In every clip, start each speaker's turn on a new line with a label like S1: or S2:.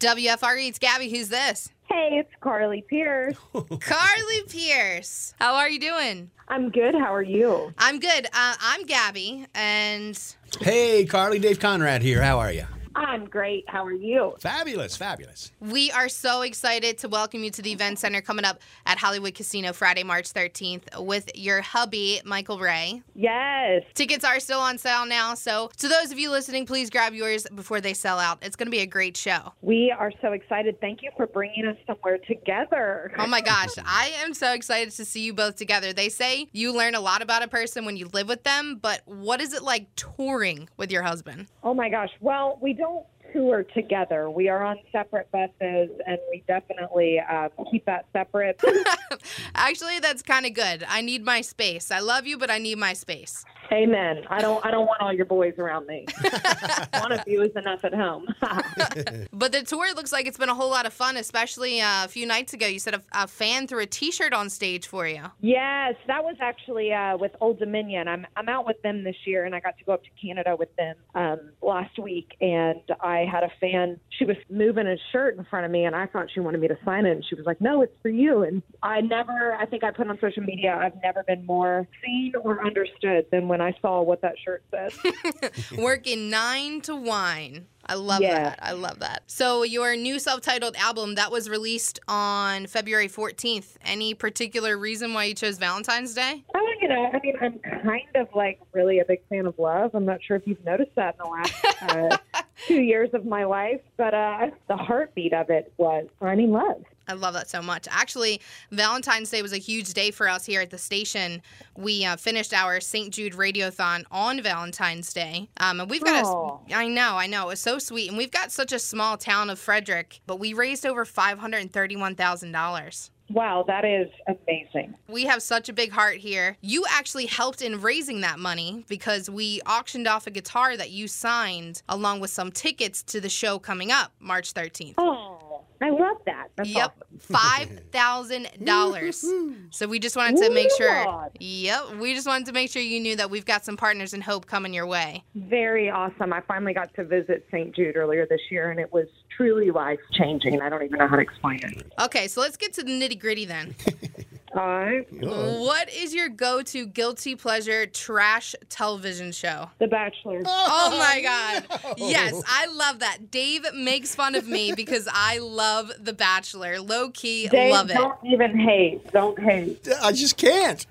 S1: WFRE, E. it's Gabby. Who's this?
S2: Hey, it's Carly Pierce.
S1: Carly Pierce. How are you doing?
S2: I'm good. How are you?
S1: I'm good. Uh, I'm Gabby, and
S3: Hey, Carly, Dave Conrad here. How are you?
S2: I'm great. How are you?
S3: Fabulous, fabulous.
S1: we are so excited to welcome you to the event center coming up at Hollywood Casino Friday, March 13th with your hubby, Michael Ray.
S2: Yes.
S1: Tickets are still on sale now, so to those of you listening, please grab yours before they sell out. It's going to be a great show.
S2: We are so excited. Thank you for bringing us somewhere together.
S1: Oh my gosh, I am so excited to see you both together. They say you learn a lot about a person when you live with them, but what is it like touring with your husband?
S2: Oh my gosh. Well, we don't tour together. We are on separate buses, and we definitely uh, keep that separate.
S1: Actually, that's kind of good. I need my space. I love you, but I need my space.
S2: Amen. I don't. I don't want all your boys around me. One of you is enough at home.
S1: But the tour looks like it's been a whole lot of fun, especially uh, a few nights ago. You said a, a fan threw a t shirt on stage for you.
S2: Yes, that was actually uh, with Old Dominion. I'm I'm out with them this year, and I got to go up to Canada with them um, last week. And I had a fan. She was moving a shirt in front of me, and I thought she wanted me to sign it. And she was like, "No, it's for you." And I never. I think I put on social media. I've never been more seen or understood than when I saw what that shirt said.
S1: Working nine to wine. I love
S2: Yeah.
S1: that. I love that. So, your new self-titled album that was released on February 14th. Any particular reason why you chose Valentine's Day?
S2: Oh, you know, I mean, I'm kind of like really a big fan of love. I'm not sure if you've noticed that in the last uh, two years of my life, but uh, the heartbeat of it was finding love.
S1: I love that so much. Actually, Valentine's Day was a huge day for us here at the station. We uh, finished our St. Jude Radiothon on Valentine's Day, um, and we've got.
S2: Aw.
S1: A, I know, I know, it was so sweet, and we've got such a small town of Frederick, but we raised over five hundred and thirty-one thousand dollars.
S2: Wow, that is amazing.
S1: We have such a big heart here. You actually helped in raising that money because we auctioned off a guitar that you signed along with some tickets to the show coming up March 13th.
S2: Oh, I love that. That's
S1: Yep,
S2: awesome.
S1: five thousand dollars. so we just wanted to make sure.
S2: Lord.
S1: Yep, we just wanted to make sure you knew that we've got some partners in hope coming your way.
S2: Very awesome. I finally got to visit St. Jude earlier this year, and it was truly life changing. I don't even know how to explain it.
S1: Okay, so let's get to the nitty gritty then.
S2: All right.
S1: what is your go-to guilty pleasure trash television show?
S2: The Bachelor.
S1: Oh my God. Yes, I love that. Dave makes fun of me because I love The Bachelor. Low key,
S2: They
S1: love it.
S2: don't even hate. Don't hate.
S3: I just can't.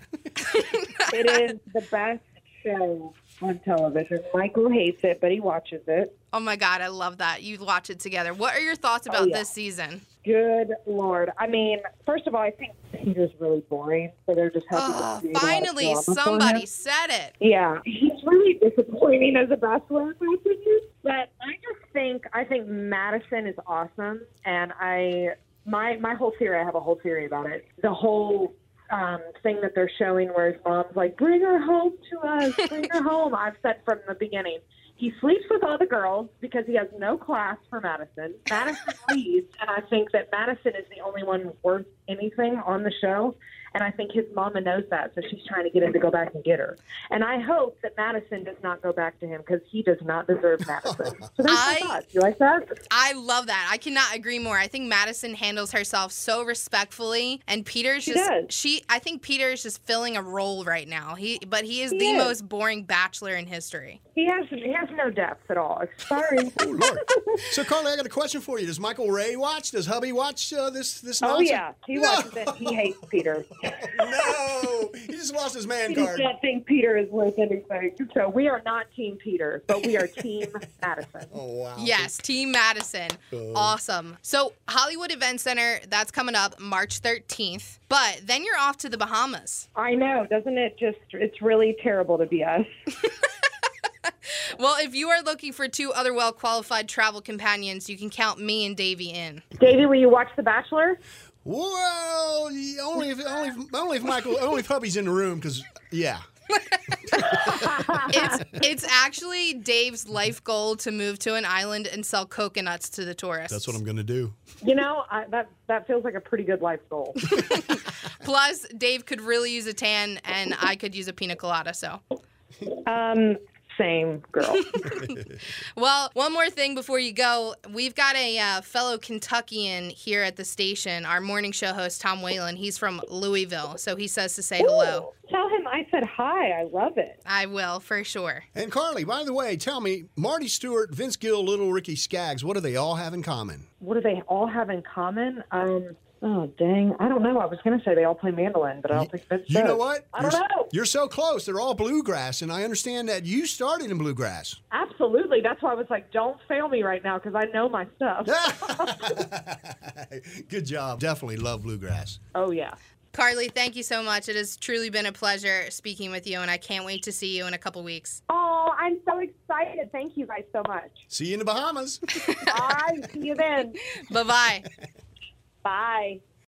S2: It is the best show on television. Michael hates it, but he watches it.
S1: Oh my God, I love that. You watch it together. What are your thoughts about
S2: Oh, yeah.
S1: this season?
S2: Good lord! I mean, first of all, I think Peter's really boring, so they're just happy.
S1: Oh,
S2: to create a lot of
S1: finally,
S2: drama for
S1: somebody
S2: him.
S1: said it.
S2: Yeah, he's really disappointing as a bachelor, in my opinion. But I just think I think Madison is awesome, and I my my whole theory. I have a whole theory about it. The whole. Um, thing that they're showing where his mom's like, bring her home to us, bring her home. I've said from the beginning, he sleeps with all the girls because he has no class for Madison. Madison leaves, and I think that Madison is the only one worth anything on the show. And I think his mama knows that, so she's trying to get him to go back and get her. And I hope that Madison does not go back to him because he does not deserve Madison. So that's
S1: I-
S2: my thoughts. You like that?
S1: I love that. I cannot agree more. I think Madison handles herself so respectfully, and Peter's
S2: She
S1: just
S2: does.
S1: she. I think Peter is just filling a role right now. He, but he is
S2: He
S1: the
S2: is.
S1: most boring bachelor in history.
S2: He has he has no depth at all. Sorry.
S3: Oh Lord. so Carly, I got a question for you. Does Michael Ray watch? Does Hubby watch uh, this this
S2: Oh
S3: nonsense?
S2: yeah, he watches it. He hates Peter.
S3: No, he just lost his man
S2: He does
S3: card.
S2: not think Peter is worth anything. So we are not Team Peter, but we are Team Madison.
S3: Oh wow.
S1: Yes, Team Madison. Awesome. So Hollywood Event Center that's coming up March 13th. But then you're off to the Bahamas.
S2: I know, doesn't it just? It's really terrible to be us.
S1: Well, if you are looking for two other well qualified travel companions, you can count me and Davey in.
S2: Davey, will you watch The Bachelor?
S3: Well, yeah, only if only if, only if Michael only if Hubby's in the room because yeah.
S1: It's it's actually Dave's life goal to move to an island and sell coconuts to the tourists.
S3: That's what I'm gonna do.
S2: You know, I, that that feels like a pretty good life goal.
S1: Plus, Dave could really use a tan, and I could use a pina colada. So,
S2: Um, same girl.
S1: Well, one more thing before you go. We've got a uh, fellow Kentuckian here at the station, our morning show host, Tom Whalen. He's from Louisville, so he says to say hello.
S2: Ooh, Tell him I said hi. I love it.
S1: I will, for sure.
S3: And Carly, by the way, tell me, Marty Stewart, Vince Gill, Little Ricky Skaggs, what do they all have in common?
S2: What do they all have in common? Um, oh dang, I don't know. I was gonna say they all play mandolin, but I don't think that's
S3: You know what?
S2: I don't
S3: you're, s-
S2: know.
S3: You're so close. They're all bluegrass, and I understand that you started in bluegrass.
S2: Absolutely. That's why I was like, don't fail me right now because I know my stuff.
S3: Good job. Definitely love bluegrass.
S2: oh yeah.
S1: Carly, thank you so much. It has truly been a pleasure speaking with you, and I can't wait to see you in a couple weeks.
S4: Oh, I'm so excited. Thank you guys so much.
S3: See you in the Bahamas.
S4: All right, see you then.
S1: Bye bye.
S4: Bye.